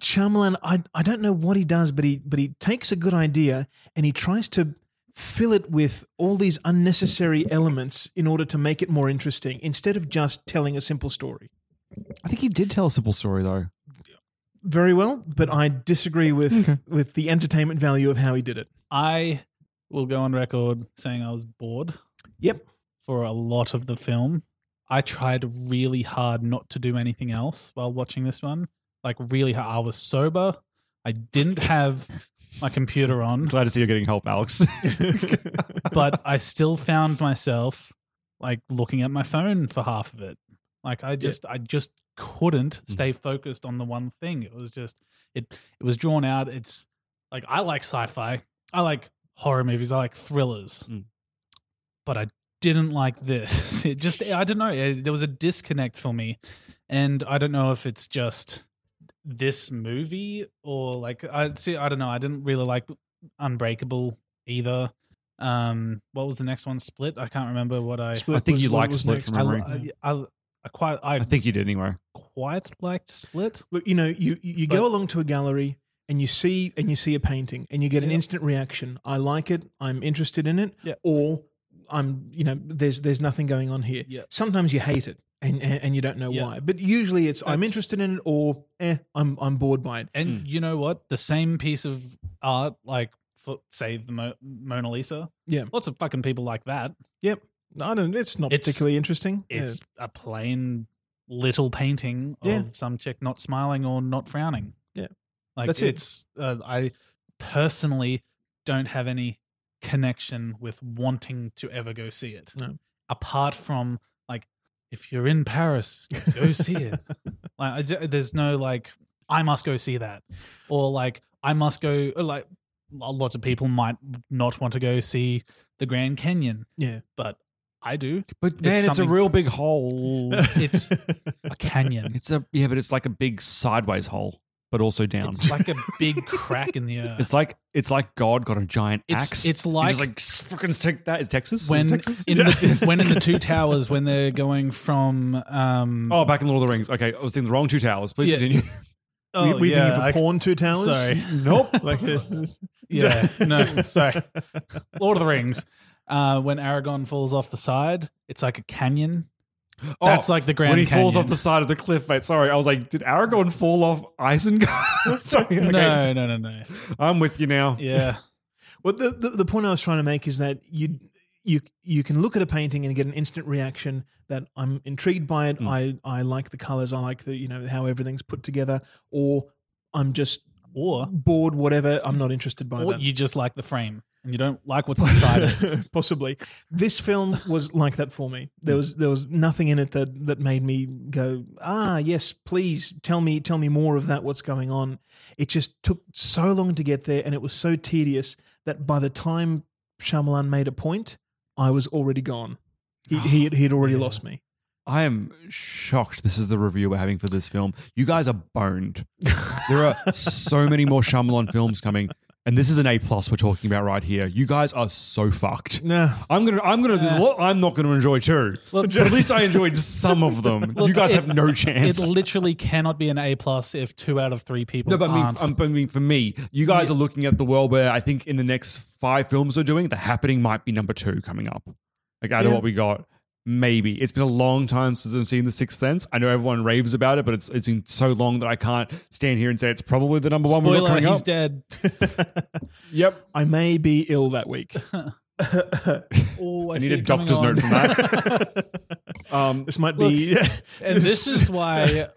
Shyamalan, I I don't know what he does, but he but he takes a good idea and he tries to fill it with all these unnecessary elements in order to make it more interesting instead of just telling a simple story. I think he did tell a simple story though. Very well, but I disagree with with the entertainment value of how he did it. I will go on record saying I was bored. Yep. For a lot of the film. I tried really hard not to do anything else while watching this one. Like really hard. I was sober. I didn't have my computer Mm. on. Glad to see you're getting help, *laughs* Alex. but I still found myself like looking at my phone for half of it. Like I just I just couldn't Mm-hmm. stay focused on the one thing. It was just it it was drawn out. It's like I like sci-fi. I like horror movies. I like thrillers. But I didn't like this. It just I don't know. It, there was a disconnect for me. And I don't know if it's just this movie or like I see I don't know I didn't really like Unbreakable either. Um, what was the next one? Split. I can't remember what I. Split I think was- you what liked was Split next? from I- memory. I, I- I quite. I, I think you did anyway. quite liked Split. Look, you know, you you go along to a gallery and you see and you see a painting and you get an Yeah. instant reaction. I like it. I'm interested in it. Yeah. Or I'm, you know, there's there's nothing going on here. Yeah. Sometimes you hate it and and, and you don't know Yeah. why. But usually it's I'm That's- interested in it or eh, I'm I'm bored by it. And you know what? The same piece of art, like for say the Mo- Mona Lisa. Yeah. Lots of fucking people like that. Yep. I don't. It's not It's- particularly interesting. It's a plain little painting of Yeah. some chick not smiling or not frowning. Yeah. Like That's it. it's uh, I personally don't have any connection with wanting to ever go see it. No. Apart from like if you're in Paris, go see it. Like I d there's no like I must go see that or like I must go or, like lots of people might not want to go see the Grand Canyon, Yeah. but I do. But man, it's, a something- real big hole. it's a canyon. It's a yeah, but it's like a big sideways hole, but also down. It's like a *laughs* big crack in the *laughs* earth. It's like it's like God got a giant It's- axe. it's and like- just like s- fucking take that. Is Texas? Is when it in Texas? the, *laughs* when in the two towers when they're going from *laughs* um oh, back in Lord of the Rings. Okay, I was thinking the wrong two towers. Please Yeah. continue. we oh, we yeah, think of a I- porn two towers. *laughs* Sorry. Nope. Like uh, *laughs* Yeah. No, sorry. Lord of the Rings. Uh, when Aragon falls off the side, it's like a canyon. *laughs* That's Oh, like the Grand When he falls Canyon. off the side of the cliff, mate. Sorry, I was like, did Aragorn fall off Isengard? *laughs* sorry, okay. No, no, no, no. I'm with you now. Yeah. Well, the, the the point I was trying to make is that you you you can look at a painting and get an instant reaction that I'm intrigued by Hmm. it. I I like the colors. I like the you know how everything's put together, or I'm just Or, bored. Whatever. I'm not interested by or that. you just like the frame and you don't like what's inside it. Possibly, this film was like that for me. Hmm. There was there was nothing in it that that made me go, ah, yes, please tell me tell me more of that. What's going on? It just took so long to get there, and it was so tedious that by the time Shyamalan made a point, I was already gone. He he had, he had already lost me. I am shocked. This is the review we're having for this film. You guys are boned. there are *laughs* so many more Shyamalan films coming, and this is an A plus we're talking about right here. You guys are so fucked. No, I'm gonna, I'm gonna. There's a lot I'm not gonna enjoy too. Look- but at least *laughs* I enjoyed some of them. you guys have no It chance. *laughs* literally cannot be an A plus if two out of three people no, but I mean, aren't. I'm, I mean, for me, you guys are looking at the world where I think in the next five films we're doing, The Happening might be number two coming up. Like out of Yeah. what we got, maybe it's been a long time since I've seen The Sixth Sense. I know everyone raves about it, but it's it's been so long that I can't stand here and say it's probably the number one we're Spoiler, not Oh, coming he's up. *laughs* dead. Yep, I may be ill that *laughs* week. Oh, I, I see need a it coming doctor's on. note from *laughs* that. um, This might Look, be. and this *laughs* is why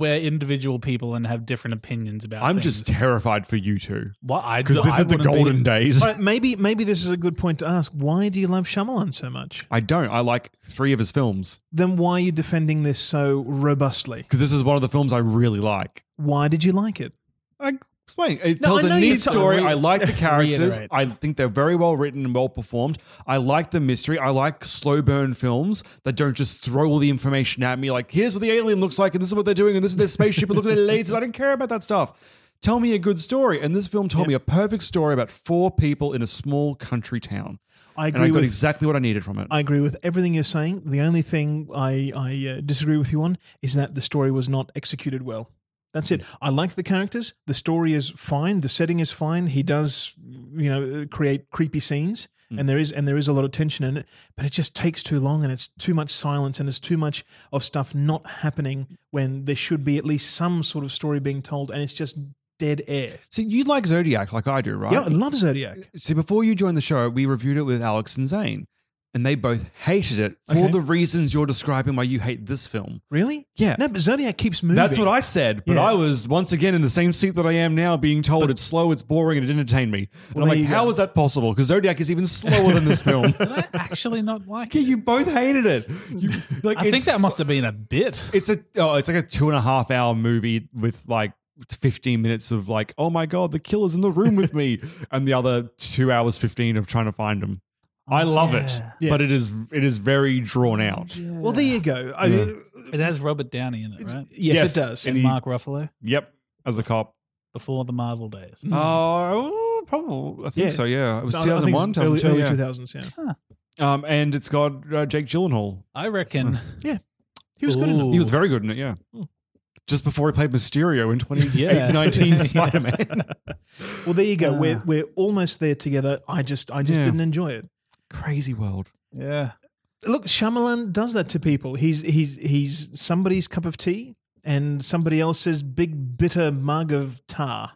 we're individual people and have different opinions about. I'm things. just terrified for you two What I because this I is the wouldn't be- golden days. All right, maybe maybe this is a good point to ask. Why do you love Shyamalan so much? I don't. I like three of his films Then why are you defending this so robustly? because this is one of the films I really like. Why did you like it? I explain. It No, tells I know a you neat saw- story. Re- I like *laughs* the characters. Reiterate. I think they're very well written and well performed. I like the mystery. I like slow burn films that don't just throw all the information at me. Like, here's what the alien looks like, and this is what they're doing, and this is their spaceship, and look at their lasers. I don't care about that stuff. Tell me a good story. And this film told me a perfect story about four people in a small country town. I and I agree got with- exactly what I needed from it. I agree with everything you're saying. The only thing I, I uh, disagree with you on is that the story was not executed well. That's Mm. it. I like the characters. The story is fine. The setting is fine. Mm. He does, you know, uh, create creepy scenes, and there is and there is a lot of tension in it. But it just takes too long, and it's too much silence, and it's too much of stuff not happening when there should be at least some sort of story being told, and it's just dead air. See, you like Zodiac like I do, right? Yeah, I love Zodiac. See, before you joined the show, we reviewed it with Alex and Zane, and they both hated it for Okay. the reasons you're describing why you hate this film. Really? Yeah. No, but Zodiac keeps moving. That's *laughs* what I said, but Yeah. I was once again in the same seat that I am now, being told it's slow, it's boring, and it didn't entertain me. And Well, I'm there like, you go. how is that possible? Because Zodiac is even slower than *laughs* this film. Actually, not like Yeah, you both hated it. You, like, I think it's- that must have been a bit. It's a oh, it's like a two and a half hour movie with like fifteen minutes of like, oh my god, the killer's in the room with *laughs* me, and the other two hours fifteen of trying to find him. I Oh, love it, Yeah. but it is it is very drawn out. Well, there you go. I Yeah. It has Robert Downey in it, right? Yes, it does. And he- Mark Ruffalo Yep, as a cop. before the Marvel days. Oh, probably. I think Hmm. Yeah. so. Yeah, it was No, I two think thousand one, it's two early- thousand two, early yeah. 2000s, yeah. Um, and it's got uh, Jake Gyllenhaal. Hmm. I reckon. Yeah. He was good in it. He was very good in it. Yeah. Just before he played Mysterio in 2019 *laughs* Yeah. Yeah. Spider Man. Well, there you go. We're Ah. we're almost there together. I just I just Yeah. didn't enjoy it. Crazy world. Yeah. Look, Shyamalan does that to people. He's he's he's somebody's cup of tea and somebody else's big bitter mug of tar.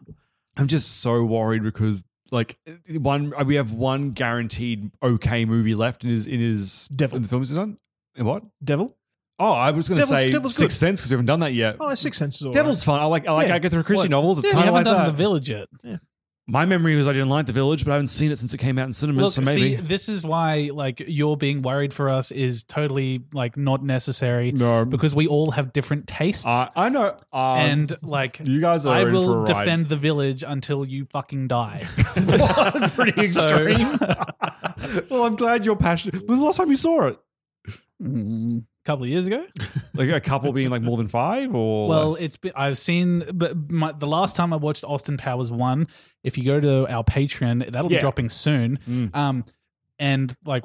I'm just so worried because like one uh, we have one guaranteed okay movie left in his in his Devil. in the films he's done. In what? Devil. Oh, I was going to Devil's- say Devil's Sixth good. Sense because we haven't done that yet. Oh, Six Sense is all Devil's right. fun. I like I like Yeah. Agatha Christie What? novels. It's Yeah, we kind of haven't like done that. The Village yet. My memory was I didn't like The Village, but I haven't seen it since it came out in cinemas. Look, so maybe see, this is why like your being worried for us is totally like not necessary. No. because we all have different tastes. I- I know. Um, and like you guys are I in for a will ride. defend the village until you fucking die. *laughs* That's pretty *laughs* So- extreme. well, I'm glad you're passionate. When was the last time you saw it? Mm. A couple of years ago. *laughs* Like a couple being like more than five, or Well, less? it's been, I've seen, but my, the last time I watched Austin Powers one, if you go to our Patreon, that'll Yeah. be dropping soon. Um, and like,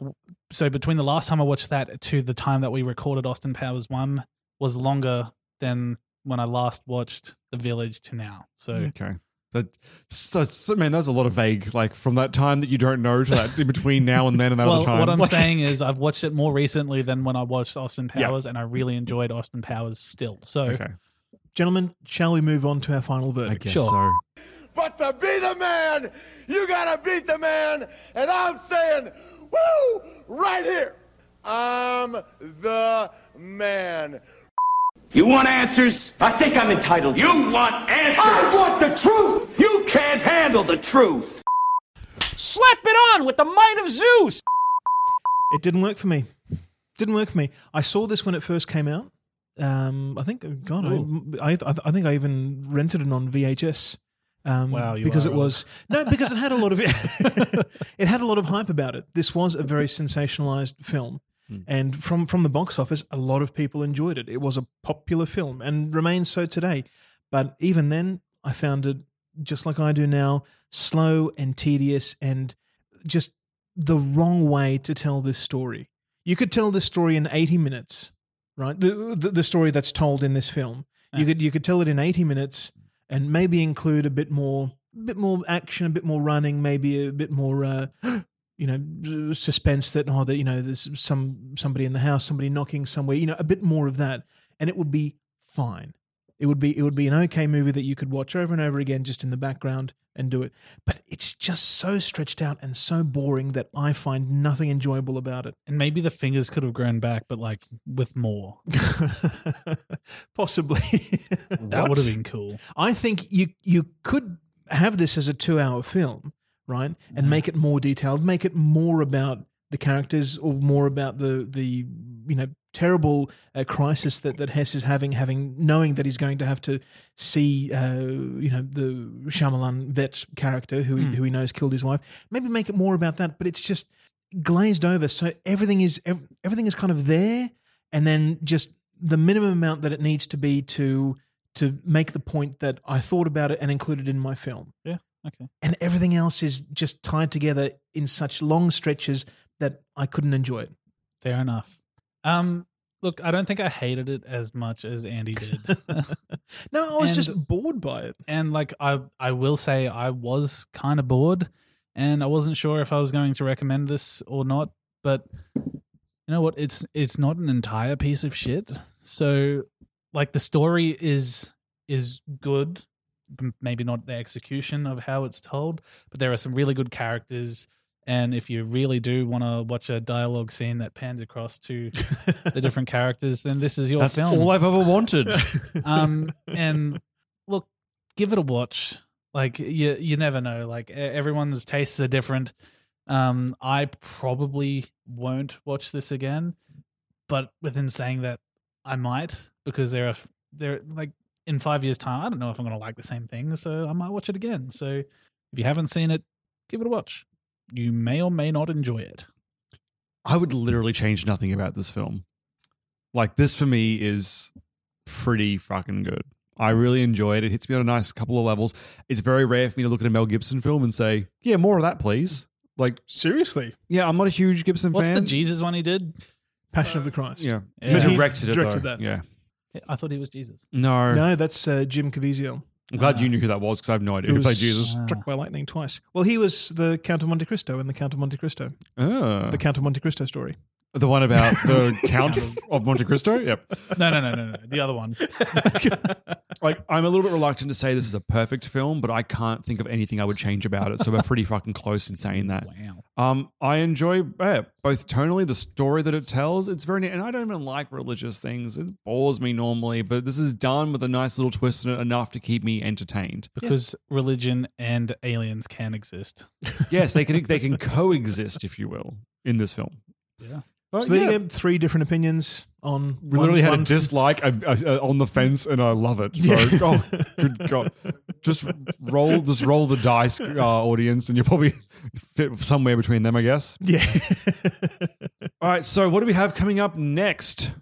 so between the last time I watched that to the time that we recorded Austin Powers one was longer than when I last watched The Village to now. So okay. That so, so, man, that's a lot of vague. Like from that time that you don't know to that in between now and then and that well, other time. what I'm Like- saying is I've watched it more recently than when I watched Austin Yeah. Powers, and I really enjoyed Austin Powers still. So Okay. Gentlemen, shall we move on to our final verdict? guess Sure. so. But to be the man, you gotta beat the man, and I'm saying, woo, right here. I'm the man. You want answers? I think I'm entitled. You want answers? I want the truth. You can't handle the truth. Slap it on with the might of Zeus! It didn't work for me. Didn't work for me. I saw this when it first came out. Um, I think God, I, I I think I even rented it on VHS. Um, Wow, you because are it old. *laughs* was no, because it had a lot of it had a lot of hype about it. This was a very sensationalized film, and from from the box office, a lot of people enjoyed it. It was a popular film and remains so today. But even then, I found it just like I do now, slow and tedious, and just the wrong way to tell this story. You could tell this story in eighty minutes, right? The the, the story that's told in this film. You could you could tell it in eighty minutes and maybe include a bit more bit more action, a bit more running, maybe a bit more uh, you know suspense that oh that you know there's some somebody in the house, somebody knocking somewhere, you know a bit more of that, and it would be fine. It would be it would be an okay movie that you could watch over and over again just in the background and do it. But it's just so stretched out and so boring that I find nothing enjoyable about it. and maybe the fingers could have grown back, but like *laughs* with more. Possibly. That would have been cool. I think you you could have this as a two hour film, right? And make it more detailed, make it more about the characters or more about the the you know terrible uh, crisis that that Hess is having, having knowing that he's going to have to see uh, you know the Shyamalan vet character who he, Mm. who he knows killed his wife. Maybe make it more about that, but it's just glazed over. So everything is ev- everything is kind of there, and then just the minimum amount that it needs to be to to make the point that I thought about it and included it in my film. Yeah. Okay. And everything else is just tied together in such long stretches that I couldn't enjoy it. Fair enough. Um, look, I don't think I hated it as much as Andy did. *laughs* no, I was just bored by it. And like I I will say I was kind of bored and I wasn't sure if I was going to recommend this or not, but you know what, it's it's not an entire piece of shit. So like the story is is good, m- maybe not the execution of how it's told, but there are some really good characters. And if you really do want to watch a dialogue scene that pans *laughs* across to the different characters, then this is your That's film. all I've ever *laughs* wanted. um, and look, give it a watch. Like you, you never know. Like e- everyone's tastes are different. Um, I probably won't watch this again, but within saying that, I might because there are f- there like in five years' time, I don't know if I'm going to like the same thing, so I might watch it again. So if you haven't seen it, give it a watch. You may or may not enjoy it. I would literally change nothing about this film. Like this for me is pretty fucking good. I really enjoy it. It hits me on a nice couple of levels. It's very rare for me to look at a Mel Gibson film and say, "Yeah, more of that, please." Like seriously, yeah, I'm not a huge Gibson What's fan. the Jesus one he did? Uh, Passion of the Christ. yeah, Yeah. He But he directed it. directed though. that. Yeah, I thought he was Jesus. no, No, that's uh, Jim Caviezel. I'm glad you knew who that was because I have no idea He who played *laughs* was Jesus. Struck by lightning twice. Well, he was the Count of Monte Cristo in the Count of Monte Cristo, Oh. the Count of Monte Cristo story. The one about *laughs* the Count of Monte Cristo. Yep. No, no, no, no, no. The other one. Like, I'm a little bit reluctant to say this is a perfect film, but I can't think of anything I would change about it. So we're pretty fucking close in saying that. Wow. Um, I enjoy eh, both tonally the story that it tells. It's very, and I don't even like religious things. It bores me normally, but this is done with a nice little twist in it, enough to keep me *laughs* entertained. Because religion and aliens can exist. yes, they can they can coexist, if you will, in this film. Yeah. But so there yeah. you go. *laughs* Three different opinions on. We literally one- had one- a dislike a, a, a- on the fence, and I love it. So, Yeah. oh, good God, just roll, just roll the dice, uh, audience, and you will probably fit somewhere between them, I guess. Yeah. *laughs* All right. So, what do we have coming up next?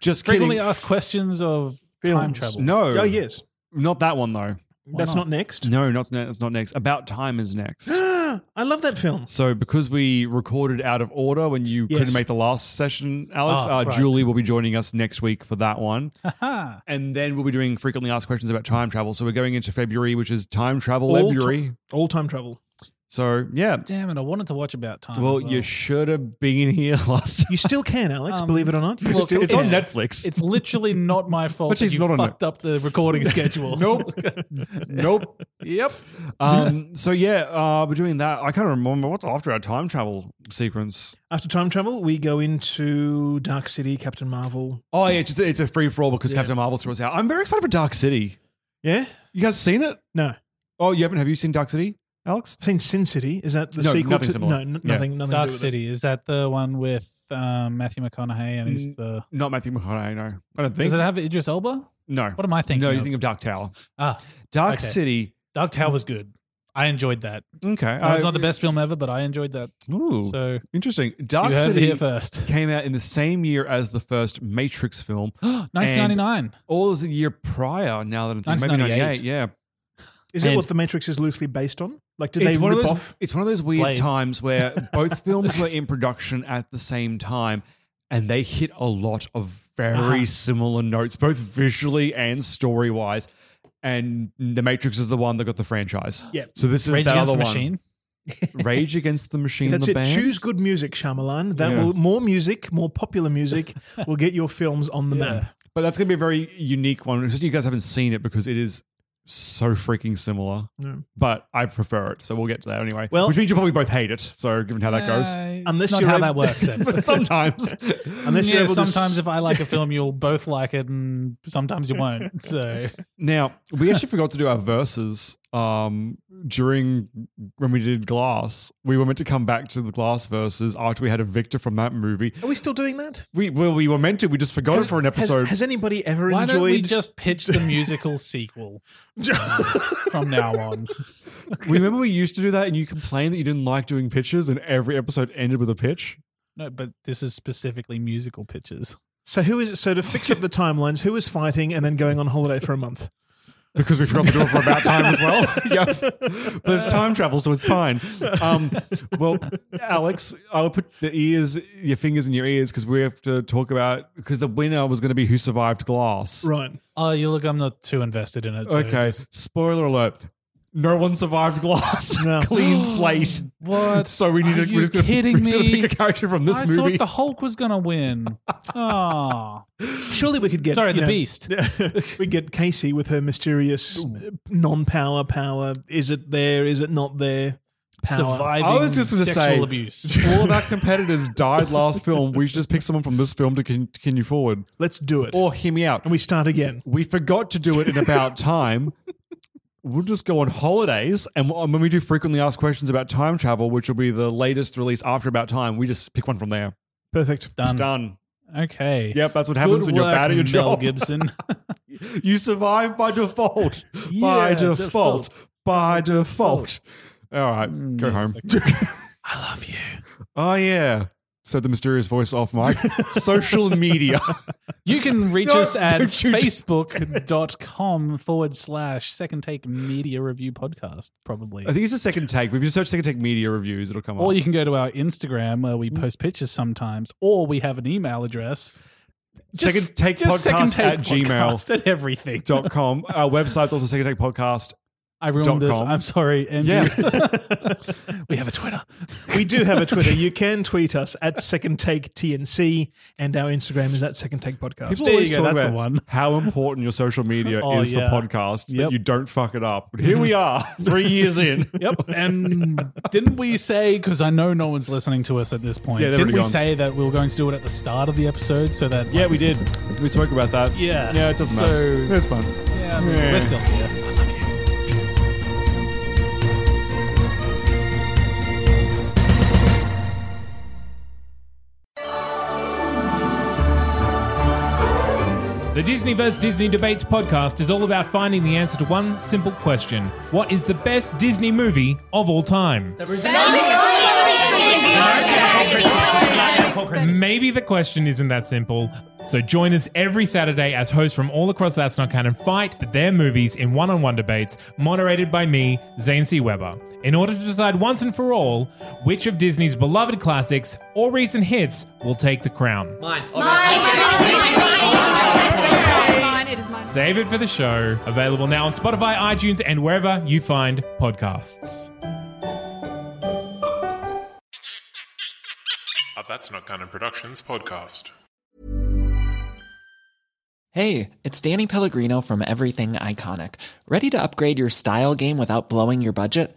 Just Frequently kidding. asked questions of time Films. travel. No. Oh yes, Not that one though. that's not, next. No, not ne- that's not next. About time is next. I love that film. So, because we recorded out of order when you Yes. couldn't make the last session, Alex, Ah, uh, right. Julie will be joining us next week for that one. Haha. And then we'll be doing frequently asked questions about time travel. So we're going into February, which is time travel All February. ti- all time travel. so yeah. Damn it! I wanted to watch about time. Well, as well. you should have been *laughs* here last. You still can, Alex. Um, believe it or not, you *laughs* well, still it's can. on Netflix. *laughs* It's literally not my fault. Actually, That it's you not on fucked up the recording schedule. nope. nope. *laughs* Yep. Um, so yeah, uh, we're doing that. I can't remember what's after our time travel sequence. *laughs* After time travel, we go into Dark City, Captain Marvel. Oh yeah, it's, just- it's a free for all because Captain Marvel threw us out. I'm very excited for Dark City. Yeah, You guys seen it? no, Oh, you haven't? Have you seen Dark City, Alex? I've seen Sin City. Is that the No, sequel? nothing to, similar. No, n- Yeah. nothing. Nothing. to do Dark with it. City is that the one with um, Matthew McConaughey and he's N- the? Not Matthew McConaughey. No, I don't think. Does it have Idris Elba? no. What am I thinking? no, of? you think of Dark Tower. ah, Dark Okay. City. Dark Tower was good. I enjoyed that. Okay, That was I- not the best film ever, but I enjoyed that. Ooh, So interesting. Dark you heard it City here first. *laughs* came out in the same year as the first Matrix *gasps* film. 1999. All is the year prior. Now that I'm thinking, maybe 1998. 98. Yeah, Is it And- what the Matrix is loosely based on? Like, did it's they one rip of those. off? It's one of those weird Blade. times where *laughs* both films were in production at the same time, and they hit a lot of very Uh-huh. similar notes, both visually and story wise. And The Matrix is the one that got the franchise. Yep. So this is Rage that Against the other Machine. One. *laughs* Rage Against the Machine. That's the it. Band. Choose good music, Shyamalan. That will Yes. more music, more popular music will get your films on the Yeah. map. But that's going to be a very unique one. You guys haven't seen it because it is so freaking similar. No. But I prefer it, so we'll get to that anyway. Well- which means you probably both hate it. So given how that goes, Uh, Unless it's not you're how able- *laughs* that works. Then. *laughs* but *laughs* sometimes Unless Yeah, you're able to s- sometimes if I *laughs* like a film, you'll both like it, and sometimes you won't. So Now we actually forgot to do our verses um, during when we did Glass. We were meant to come back to the Glass verses after we had a victor from that movie. Are we still doing that? We well, we were meant to. We just forgot it for an Has, episode. has anybody ever why enjoyed? don't we just pitch *laughs* the musical sequel from now on? we remember we used to do that, and you complained that you didn't like doing pitches, and every episode ended with a pitch. No, but this is specifically musical pitches. *laughs* so who is so to fix up the timelines? Who is fighting and then going on holiday for a month? because we forgot the door for about time as well. *laughs* yep. But it's time travel, so it's fine. Um, well, Alex, I will put the ears, your fingers in your ears because we have to talk about, because the winner was going to be Who Survived Glass. Right. Oh, you look, I'm not too invested in it. so okay. just- Spoiler alert. No one survived glass. *laughs* Clean slate. What? So we need Are to, you we're just gonna, kidding we're just gonna me? pick a character from this I movie. thought the Hulk was gonna win. Oh, Surely we could get Sorry, you the know, Beast. we get Casey with her mysterious uh, non-power power. Is it there? Is it not there? Power. Oh, Surviving I was just going to sexual say, abuse. all of our competitors died last film. We should just pick someone from this film to con- continue forward. Let's do it. Or hear me out. and we start again. We forgot to do it in *laughs* about time. We'll just go on holidays, and wh- when we do frequently asked questions about time travel, which will be the latest release after about time, we just pick one from there. Perfect. It's Done. done. Okay. Yep, that's what happens Good when you're work, bad at your Mel job. Gibson. *laughs* You survive by *laughs* default. by Yeah, default. default. Mm, By default. All right, go home. *laughs* I love you. Oh yeah. Said the mysterious voice off *laughs* mic. Social media. You can reach No, us at don't you do- facebook.com forward slash second take media review podcast, probably. I think it's a second take. If you search second take media reviews, it'll come up. Mm. Or you can go to our Instagram where we post pictures sometimes, or we have an email address. Second Take Podcast at podcast at everything. dot com. Our website's also second take podcast. I ruined this. com. I'm sorry. *laughs* And Yeah. we have a Twitter. We do *laughs* have a Twitter. You can tweet us at Second Take TNC, and our Instagram is at Second Take Podcast. People There you always go, talk that's the about one. how important your social media Oh, is yeah. for podcasts, that Yep. Mm-hmm. you don't fuck it up. But here we are, *laughs* three years *laughs* in. Yep. And didn't we say, because I know no one's listening to us at this point, Yeah, they're didn't already we gone. say that we were going to do it at the start of the episode so that. Yeah, we did. We spoke about that. Yeah. Yeah, it doesn't So- matter. It's fun. Yeah, I mean, we're still here. I love you. The Disney vs. Disney Debates podcast is all about finding the answer to one simple question What is the best Disney movie of all time? Maybe the question isn't that simple. So join us every Saturday as hosts from all across That's Not Canon fight for their movies in one-on-one debates moderated by me, Zane C. Weber, in order to decide once and for all which of Disney's beloved classics or recent hits will take the crown. Save it for the show. Available now on Spotify, iTunes, and wherever you find podcasts. A Uh, That's Not Canon Productions podcast. Hey, it's Danny Pellegrino from Everything Iconic. Ready to upgrade your style game without blowing your budget?